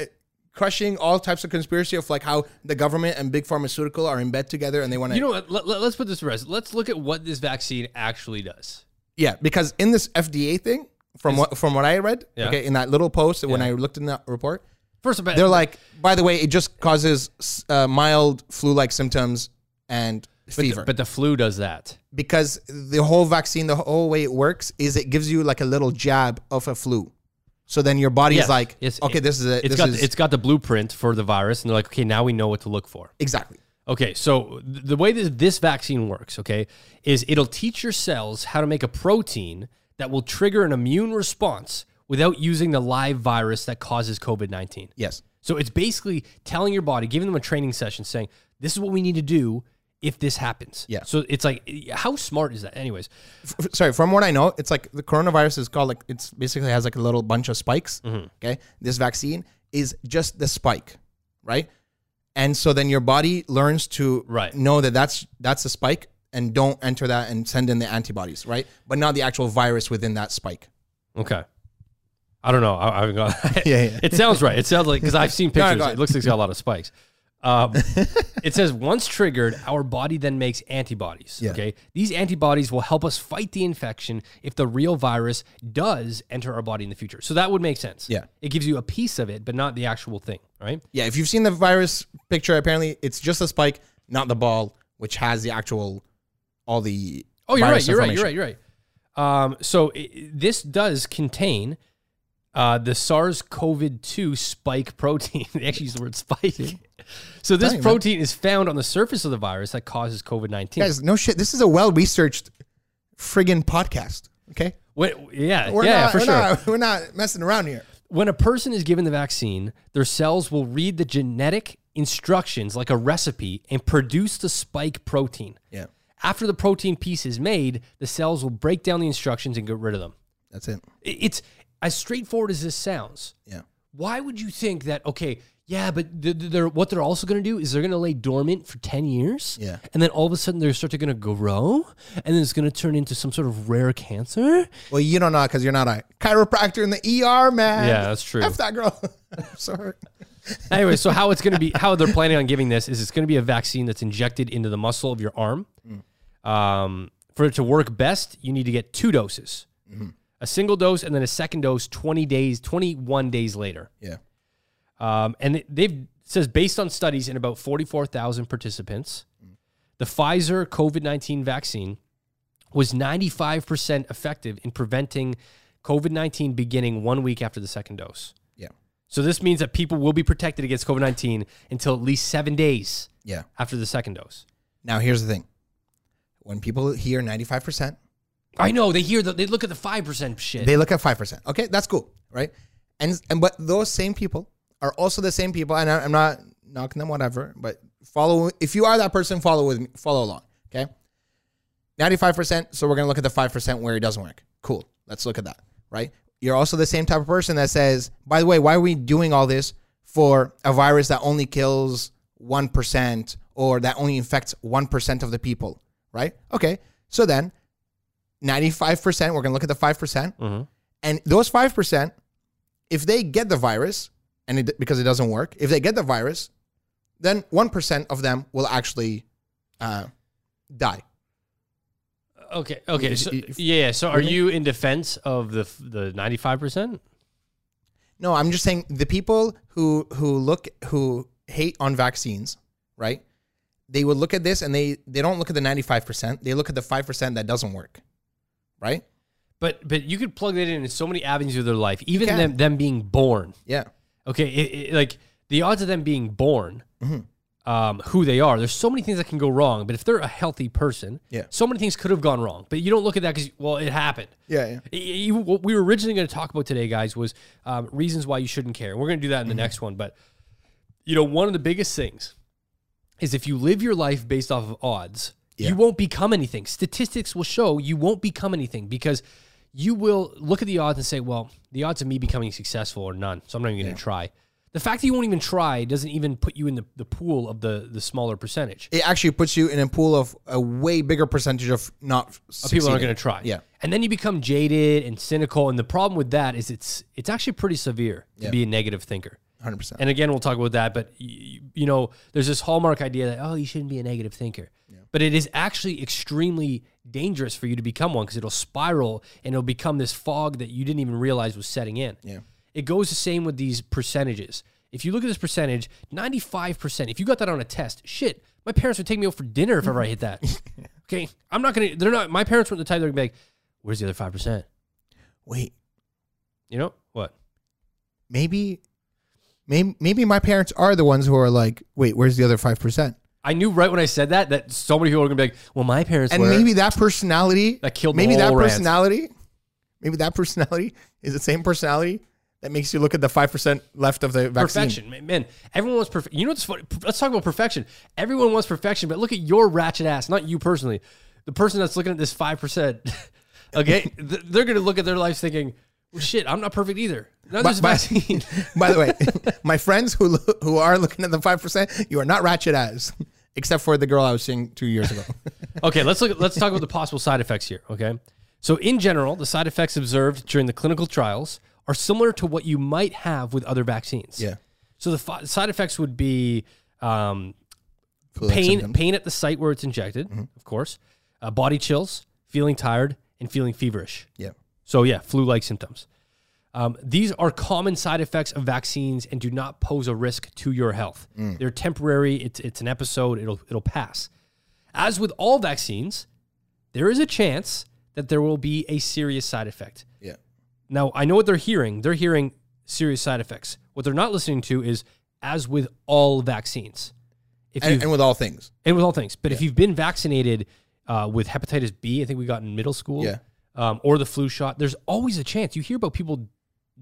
C: crushing all types of conspiracy of like how the government and big pharmaceutical are in bed together and they want to
B: You know what? Let, us put this to rest. Let's look at what this vaccine actually does.
C: Yeah, because in this FDA thing, from what from what I read,
B: Yeah.
C: okay, in that little post when I looked in that report,
B: First of all,
C: they're like, by the way, it just causes s- uh, mild flu-like symptoms and fever.
B: but the flu does that.
C: because the whole vaccine, the whole way it works is it gives you like a little jab of a flu, so then your body's
B: Yes,
C: like,
B: yes,
C: okay,
B: it-
C: this is it.
B: It's
C: this
B: got
C: is-
B: it's got the blueprint for the virus, and they're like, okay, now we know what to look for.
C: exactly
B: Okay, so th- the way that this vaccine works, okay, is it'll teach your cells how to make a protein that will trigger an immune response without using the live virus that causes COVID nineteen.
C: yes.
B: So it's basically telling your body, giving them a training session, saying, this is what we need to do if this happens.
C: Yeah.
B: So it's like, how smart is that? Anyways,
C: f- sorry, from what I know, it's like the coronavirus is called like it's basically has like a little bunch of spikes.
B: Mm-hmm.
C: Okay, this vaccine is just the spike, right? And so then your body learns to
B: Right.
C: know that that's that's a spike and don't enter that and send in the antibodies, right? But not the actual virus within that spike.
B: okay. I don't know. I, I've got,
C: (laughs) Yeah, yeah.
B: (laughs) It sounds right. It sounds like, because
C: (laughs)
B: I've seen pictures.
C: go
B: It
C: ahead.
B: looks like it's got a lot of spikes.
C: (laughs)
B: Um, it says, once triggered, our body then makes antibodies. Okay. These antibodies will help us fight the infection if the real virus does enter our body in the future. So that would make sense.
C: Yeah.
B: It gives you a piece of it, but not the actual thing, right?
C: Yeah, if you've seen the virus picture, apparently it's just a spike, not the ball, which has the actual all the
B: Oh, you're right.
C: virus
B: You're right. You're
C: information.
B: right. You're right. Um, so i i- this does contain uh, the SARS-CoV-2 spike protein. (laughs) they actually use the word spike. so this
C: Dang, man.
B: protein is found on the surface of the virus that causes COVID-19.
C: Guys, no shit. This is a well researched friggin' podcast. Okay.
B: Wait, yeah,
C: We're
B: yeah,
C: not,
B: for
C: we're
B: sure.
C: Not, we're not messing around here.
B: When a person is given the vaccine, their cells will read the genetic instructions like a recipe and produce the spike protein.
C: Yeah,
B: After the protein piece is made, the cells will break down the instructions and get rid of them.
C: that's it.
B: I- It's as straightforward as this sounds.
C: Yeah,
B: why would you think that okay yeah but th- th- they're, what they're also going to do is they're going to lay dormant for 10 years
C: Yeah.
B: and then all of a sudden they're sort of going to grow and then it's going to turn into some sort of rare cancer
C: Well, you don't know because you're not a chiropractor in the ER, man.
B: Yeah, that's true.
C: (laughs) F that girl. I'm sorry.
B: (laughs) anyway so how it's going to be how they're planning on giving this is it's going to be a vaccine that's injected into the muscle of your arm um, for it to work best you need to get two doses a single dose and then a second dose 20 days 21 days later
C: Yeah.
B: Um, and they- they've it says based on studies in about 44,000 participants, the Pfizer COVID-19 vaccine was 95% effective in preventing COVID-19 beginning 1 week after the second dose.
C: Yeah.
B: So this means that people will be protected against COVID-19 until at least 7 days
C: Yeah.
B: after the second dose.
C: Now here's the thing. When people hear 95%,
B: I know they hear the, they look at the 5% shit.
C: they look at 5%. Okay, that's cool, right? And and but those same people are also the same people and I, I'm not knocking them whatever, but follow if you are that person follow with me, follow along, okay? 95%, so we're going to look at the 5% where it doesn't work. Cool. Let's look at that, right? You're also the same type of person that says, by the way, why are we doing all this for a virus that only kills 1% or that only infects 1% of the people, right? Okay. So then 95%, we're going to look at the 5%. percent And those 5%, if they get the virus, and it, because it doesn't work, if they get the virus, then 1% of them will actually uh, die.
B: okay, okay. So,
C: If- if-
B: yeah, yeah, so are you in defense of the f- the 95%?
C: No, I'm just saying the people who who look who hate on vaccines, right? They would look at this and they they don't look at the 95%. They look at the 5% that doesn't work. Right?
B: But but you could plug that in in so many avenues of their life, even
C: can.
B: them them being born.
C: Yeah.
B: Okay, it, it- like the odds of them being born, um, who they are, there's so many things that can go wrong. But if they're a healthy person,
C: Yeah.
B: so many things could have gone wrong. But you don't look at that because, well, it happened.
C: Yeah, yeah.
B: Y- y- you- what we were originally going to talk about today, guys, was um, reasons why you shouldn't care. We're going to do that in the next one. But, you know, one of the biggest things is if you live your life based off of odds, you won't become anything. Statistics will show you won't become anything because you will look at the odds and say, well, the odds of me becoming successful are none. So I'm not even going to try. The fact that you won't even try doesn't even put you in the, the pool of the, the smaller percentage.
C: It actually puts you in a pool of a way bigger percentage of not
B: people aren't
C: succeeding.
B: going to try.
C: Yeah.
B: and then you become jaded and cynical, and the problem with that is it's it's actually pretty severe to be a negative thinker.
C: 100%.
B: And again, we'll talk about that. But you, you know, there's this hallmark idea that oh, you shouldn't be a negative thinker, but it is actually extremely dangerous for you to become one because it'll spiral and it'll become this fog that you didn't even realize was setting in. Yeah, it goes the same with these percentages. If you look at this percentage, 95%, if you got that on a test, shit, my parents would take me out for dinner if ever I hit that. Okay, I'm not gonna. They're not. My parents weren't the type that would be like, "Where's the other five percent?"
C: Wait,
B: You know what?
C: maybe, maybe, maybe my parents are the ones who are like, wait, where's the other 5%?
B: I knew right when I said that that so many people are gonna be like, "Well, my parents
C: And
B: were."
C: maybe that personality,
B: That killed the
C: maybe that
B: whole rant.
C: personality, maybe that personality is the same personality that makes you look at the 5% left of the vaccine.
B: perfection, man, man. Everyone wants perfect. You know what's funny? Let's talk about perfection. Everyone wants perfection, but look at your ratchet ass. Not you personally. The person that's looking at this five percent. (laughs)
C: (laughs)
B: Okay, th- they're gonna look at their lives thinking, well, "Shit, I'm not perfect either." Now there's a
C: but-
B: vaccine.
C: (laughs) By the way, my friends who lo- who are looking at the 5%, you are not ratchet as, except for the girl I was seeing two
B: (laughs)
C: years ago.
B: okay, let's look. At, let's talk about the possible side effects here. Okay, so in general, the side effects observed during the clinical trials are similar to what you might have with other vaccines.
C: Yeah.
B: So the fi- side effects would be um,
C: Flu like
B: pain,
C: symptom.
B: pain at the site where it's injected,
C: Mm-hmm.
B: of course, uh, body chills, feeling tired, and feeling feverish.
C: Yeah.
B: So yeah, flu-like symptoms. Um, these are common side effects of vaccines and do not pose a risk to your health.
C: Mm.
B: They're temporary. It's it's an episode. It'll it'll pass. As with all vaccines, there is a chance that there will be a serious side effect.
C: Yeah.
B: Now, I know what they're hearing. They're hearing serious side effects. What they're not listening to is as with all vaccines. If
C: And,
B: you've-
C: and with all things.
B: and with all things. But if you've been vaccinated uh, with hepatitis B, I think we got in middle school,
C: Yeah.
B: um, or the flu shot, there's always a chance. You hear about people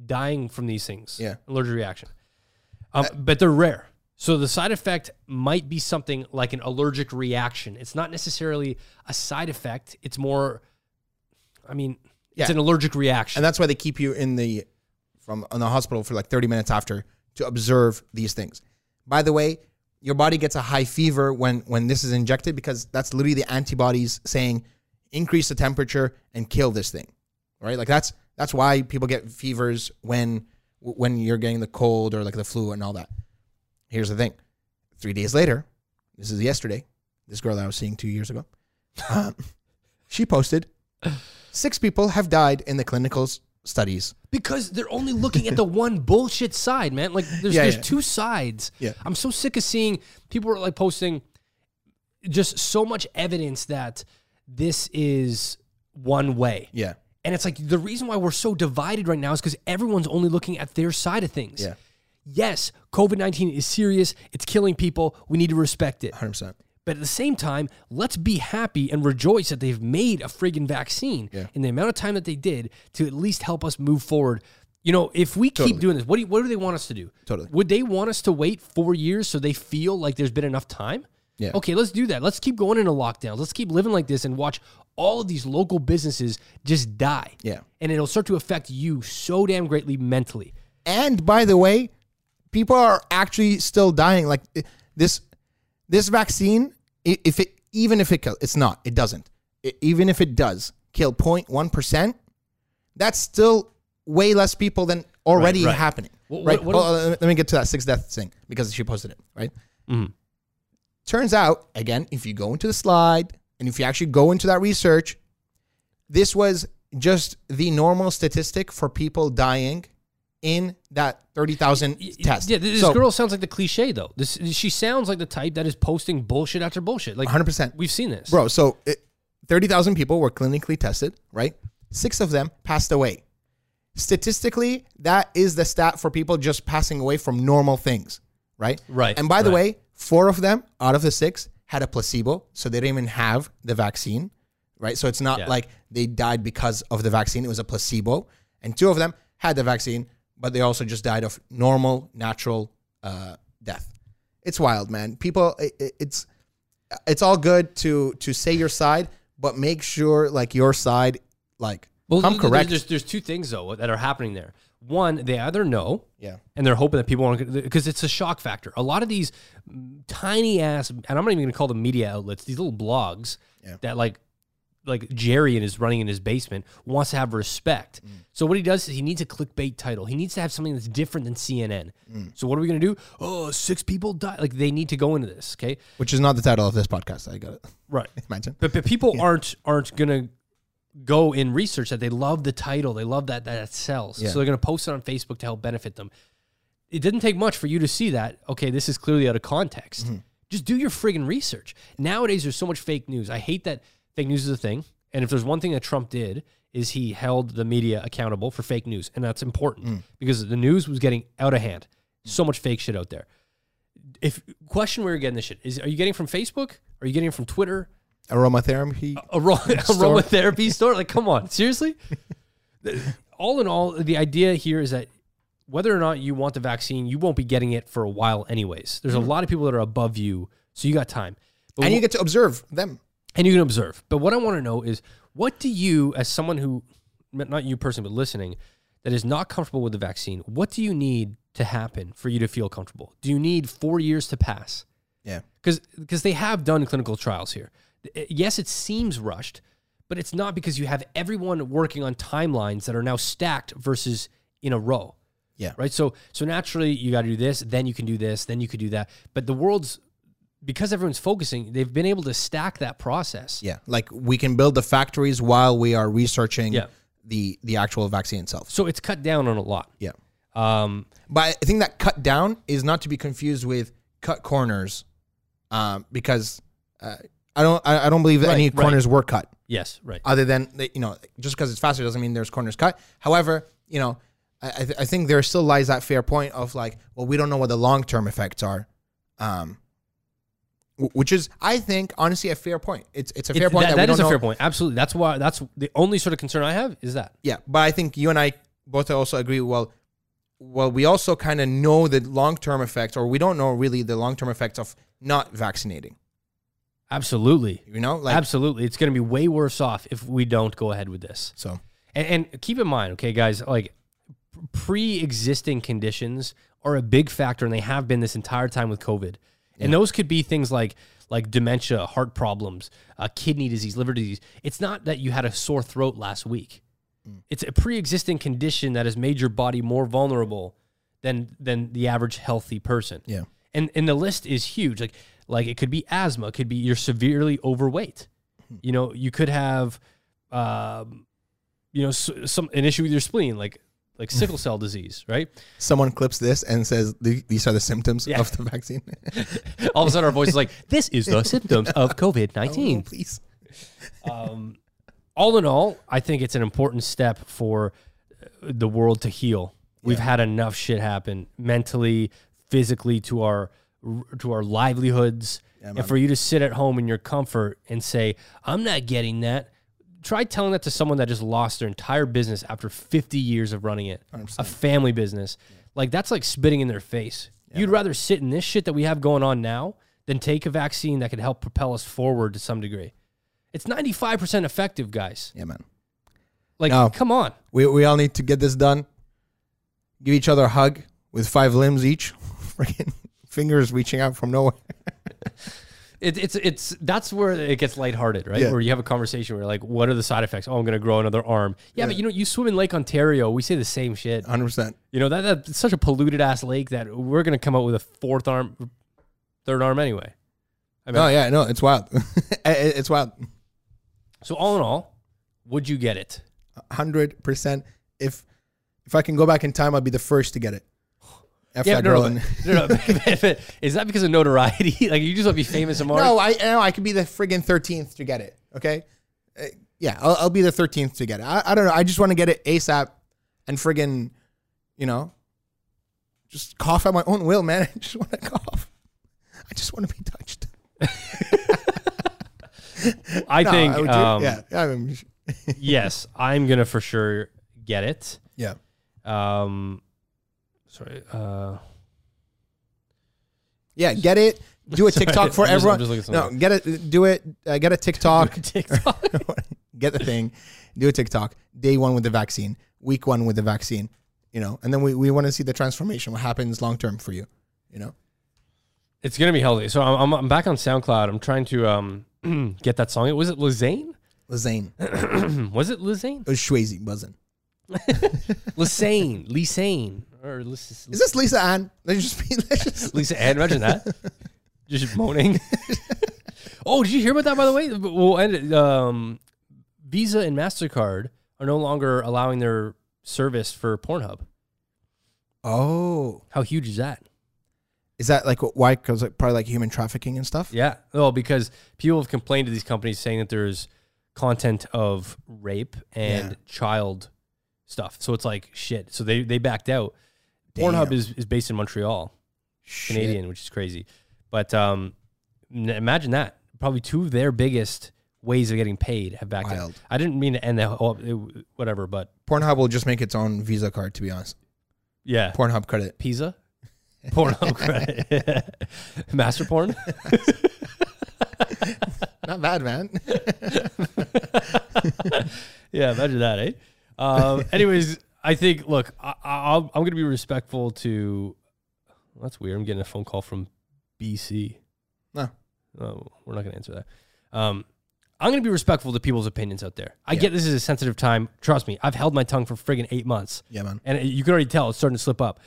B: dying from these things,
C: Yeah. Uh,
B: allergic reaction, um, but they're rare. So the side effect might be something like an allergic reaction. It's not necessarily a side effect. It's more, I mean, it's
C: Yeah.
B: an allergic reaction.
C: and that's why they keep you in the from in the hospital for like 30 minutes after to observe these things by the way your body gets a high fever when when this is injected because that's literally the antibodies saying increase the temperature and kill this thing right like that's that's why people get fevers when when you're getting the cold or like the flu and all that here's the thing three days later this is yesterday this girl that i was seeing two years ago (laughs) um, she posted six people have died in the clinical s- studies.
B: because they're
C: (laughs)
B: only looking at the one bullshit side, man. Like there's
C: Yeah,
B: there's
C: yeah.
B: two sides.
C: Yeah.
B: I'm so sick of seeing people are like posting just so much evidence that this is one way.
C: Yeah.
B: And it's like the reason why we're so divided right now is because everyone's only looking at their side of things.
C: Yeah.
B: Yes, COVID 19 is serious. It's killing people. We need to respect it.
C: 100%.
B: But at the same time, let's be happy and rejoice that they've made a friggin' vaccine in the amount of time that they did to at least help us move forward. You know, if we keep doing this, what do, you, what do they want us to do?
C: Totally.
B: Would they want us to wait four years so they feel like there's been enough time?
C: Yeah.
B: Okay, let's do that. Let's keep going into lockdowns. Let's keep living like this and watch all of these local businesses just die.
C: Yeah.
B: And it'll start to affect you so damn greatly mentally.
C: And by the way, people are actually still dying. Like i- this, this vaccine, i- if it even if it kills, it's not. It doesn't. I- even if it does kill 0.1 percent, that's still way less people than already
B: right.
C: happening.
B: What-
C: right.
B: what- what-
C: Well, uh, let me- let me get to that six death thing because she posted it. Right.
B: Mm-hmm.
C: Turns out, again, if you go into the slide and if you actually go into that research, this was just the normal statistic for people dying in that 30,000 test.
B: Yeah, this
C: So,
B: girl sounds like the cliche though. This she sounds like the type that is posting bullshit after bullshit. Like
C: 100%.
B: We've seen this.
C: Bro, so it, 30,000 people were clinically tested, right? Six of them passed away. Statistically, that is the stat for people just passing away from normal things. right?
B: Right,
C: And by the
B: right.
C: way, four of them out of the six had a placebo, so they didn't even have the vaccine, right? So it's not
B: Yeah.
C: like they died because of the vaccine; it was a placebo. And two of them had the vaccine, but they also just died of normal, natural uh, death. It's wild, man. People, i i- it's it's all good to to say your side, but make sure like your side like
B: Well,
C: come
B: th- th-
C: correct.
B: There's, there's two things though that are happening there. One, they either know,
C: Yeah.
B: and they're hoping that people aren't because it's a shock factor. A lot of these mm, tiny ass, and I'm not even going to call them media outlets. These little blogs that like like Jerry and is running in his basement wants to have respect. So what he does is he needs a clickbait title. He needs to have something that's different than CNN. So what are we going to do? Oh, six people died. Like they need to go into this. Okay,
C: which is not the title of this podcast. I got it.
B: right.
C: Imagine.
B: But, but people aren't aren't gonna go and research that. They love the title. They love that that it sells. So they're gonna post it on Facebook to help benefit them. It didn't take much for you to see that. Okay, this is clearly out of context. Just do your friggin' research. Nowadays, there's so much fake news. I hate that fake news is a thing. And if there's one thing that Trump did is he held the media accountable for fake news, and that's important because the news was getting out of hand. So much fake shit out there. If question where you're getting this shit is, are you getting from Facebook? Are you getting it from Twitter?
C: Aromatherapy.
B: (laughs) Aro- (laughs) aromatherapy store? Like, come on, seriously? all in all, the idea here is that whether or not you want the vaccine, you won't be getting it for a while, anyways. There's a lot of people that are above you, so Mm-hmm. you got time. But
C: and
B: wh-
C: you get to observe them.
B: and you can observe. But what I want to know is what do you, as someone who, not you personally, but listening, that is not comfortable with the vaccine, what do you need to happen for you to feel comfortable? Do you need four years to pass?
C: Yeah.
B: because because they have done clinical trials here. Uh, Yes, it seems rushed, but it's not because you have everyone working on timelines that are now stacked versus in a row.
C: Yeah.
B: Right. So so naturally you got to do this, then you can do this, then you could do that. But the world's because everyone's focusing, they've been able to stack that process.
C: Yeah. Like we can build the factories while we are researching
B: Yeah.
C: the the actual vaccine itself.
B: So it's cut down on a lot.
C: Yeah.
B: Um,
C: But I think that cut down is not to be confused with cut corners, um, because uh, I don't I, I don't believe that
B: Right,
C: any
B: right.
C: corners were cut.
B: yes. Right.
C: Other than the- you know, just because it's faster doesn't mean there's corners cut. However, you know, I I, th- I think there still lies that fair point of like, well, we don't know what the long term effects are. Um, wh- which is, I think, honestly, a fair point. It's it's a fair
B: It's-
C: point
B: that-
C: that, we
B: that
C: don't
B: is a
C: know.
B: fair point. Absolutely. That's why. That's the only sort of concern I have is that.
C: Yeah, but I think you and I both also agree. Well, well, we also kind of know the long term effects, or we don't know really the long term effects of not vaccinating.
B: Absolutely.
C: You know, like
B: Absolutely. It's going to be way worse off if we don't go ahead with this.
C: so.
B: And, and keep in mind, okay, guys, like pre existing conditions are a big factor, and they have been this entire time with COVID. And those could be things like like dementia, heart problems, uh, kidney disease, liver disease. It's not that you had a sore throat last week. It's a pre existing condition that has made your body more vulnerable than than the average healthy person.
C: Yeah.
B: And and the list is huge. Like like it could be asthma, it could be you're severely overweight. You know, you could have um, you know, s some an issue with your spleen, like like sickle cell disease, right?
C: Someone clips this and says "The- these are the symptoms of the vaccine. (laughs)
B: All of a sudden, our voice is like, "This is the symptoms of COVID
C: Oh,
B: nineteen.
C: please.
B: Um, all in all, I think it's an important step for uh, the world to heal. We've had enough shit happen mentally, physically to our to our livelihoods, and for you to sit at home in your comfort and say, "I'm not getting that." Try telling that to someone that just lost their entire business after 50 years of running it, a family business. Like that's like spitting in their face. You'd rather sit in this shit that we have going on now than take a vaccine that could help propel us forward to some degree. It's 95% effective, guys.
C: Yeah, man.
B: Like,
C: No.
B: come on.
C: We we all need to get this done. Give each other a hug with five limbs each. (laughs) Freaking fingers reaching out from nowhere.
B: It, it's, it's, that's where it gets lighthearted, right?
C: Yeah.
B: Where you have a conversation where you're like, what are the side effects? Oh, I'm going to grow another arm. Yeah, but you know, you swim in Lake Ontario. We say the same shit.
C: 100%.
B: You know, that, that's such a polluted ass lake that we're going to come up with a fourth arm, third arm anyway.
C: Oh, yeah, no, it's wild. (laughs) It- it- it's wild.
B: So, all in all, would you get it?
C: hundred percent. If if I can go back in time, I'd be the first to get it. F
B: Yeah,
C: that
B: no,
C: girl.
B: no,
C: and-
B: but- no, (laughs) no, but-
C: (laughs)
B: but Is that because of notoriety? (laughs) like, you just want to be famous tomorrow?
C: no, I no, I could be the friggin' thirteenth to get it. Okay, Uh, yeah, I'll, I'll be the thirteenth to get it. I, I don't know. I just want to get it ASAP and friggin', you know, just cough at my own will, man. (laughs) I just want to cough. I just want to be touched.
B: I
C: No,
B: think
C: I would do-
B: um,
C: yeah, I mean,
B: (laughs) yes, I'm gonna for sure get it.
C: yeah.
B: Um, sorry.
C: (laughs)
B: Uh, (laughs)
C: Yeah, get it. Do a TikTok for
B: I'm just- I'm
C: everyone.
B: just looking at
C: no,
B: something.
C: get it. Do it.
B: (laughs)
C: Uh, get a TikTok.
B: TikTok.
C: (laughs) get the thing. Do a TikTok. Day one with the vaccine. Week one with the vaccine. You know, and then we, we want to see the transformation. What happens long term for you? You know.
B: it's gonna be healthy. So I'm, I'm, I'm back on SoundCloud. I'm trying to um (clears throat) get that song. Was it Lizane? Hmm,
C: Lazane. It
B: Was it Lizane?
C: was Shwazy buzzing.
B: Lisane. Lisane. Or Lis-
C: Is this Lisa Ann? Let's just be. (laughs) Let's just,
B: Lisa Ann, imagine that. Just moaning. (laughs) oh, did you hear about that, by the way? Well, and um, Visa and MasterCard are no longer allowing their service for Pornhub.
C: oh,
B: How huge is that?
C: is that like what- why? Because like, probably like human trafficking and stuff.
B: Yeah. Well, because people have complained to these companies saying that there's content of rape and
C: Yeah.
B: child stuff. So it's like shit. So they, they backed out. Pornhub
C: Damn.
B: is, is based in Montreal.
C: Shit.
B: Canadian, which is crazy. But um, n- imagine that. Probably two of their biggest ways of getting paid have backed out.
C: Wild.
B: I didn't mean to end that whole, it- whatever, but
C: Pornhub will just make its own Visa card. To be honest,
B: yeah.
C: Pornhub credit.
B: Pizza?
C: (laughs)
B: Pornhub credit. (laughs) Master porn?
C: Not bad, (laughs) man.
B: yeah, imagine that, eh? Um, anyways, I think, look, I, I, I'll- I'm going to be respectful to. well, that's weird. I'm getting a phone call from BC.
C: No.
B: Oh, we're not going to answer that. Um, I'm going to be respectful to people's opinions out there. I get this is a sensitive time. Trust me, I've held my tongue for friggin' eight months.
C: Yeah, man.
B: And you can already tell it's starting to slip up.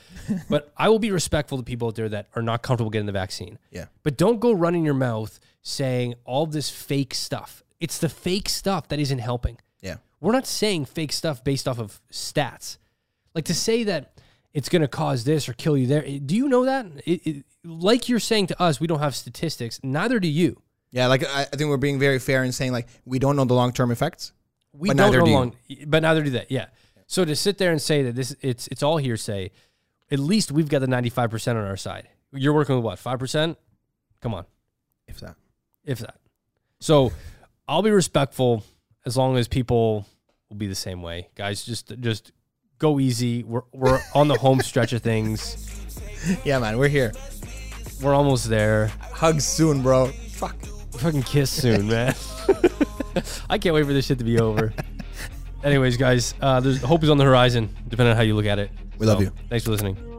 B: but I will be respectful to people out there that are not comfortable getting the vaccine.
C: Yeah.
B: But don't go running your mouth saying all this fake stuff. It's the fake stuff that isn't helping.
C: Yeah.
B: We're not saying fake stuff based off of stats. Like to say that it's going to cause this or kill you there. eh, Do you know that? It, it, like you're saying to us, we don't have statistics. Neither do you.
C: Yeah, like I, I think we're being very fair in saying like we don't know the long term effects.
B: We
C: But
B: don't
C: neither
B: know
C: do you.
B: long, but neither do that. Yeah. So to sit there and say that this it's it's all hearsay, at least we've got the 95% on our side. You're working with what? 5%? Come on.
C: If that.
B: if that. So I'll be respectful as long as people will be the same way. Guys, just just go easy. We're
C: (laughs)
B: we're on the home stretch of things.
C: Yeah, man, we're here.
B: We're almost there.
C: Hugs soon, bro. Fuck.
B: Fucking kiss soon, man. (laughs) I can't wait for this shit to be
C: (laughs)
B: over. Anyways, guys, uh, there's hope is on the horizon, depending on how you look at it.
C: We love you.
B: Thanks for listening.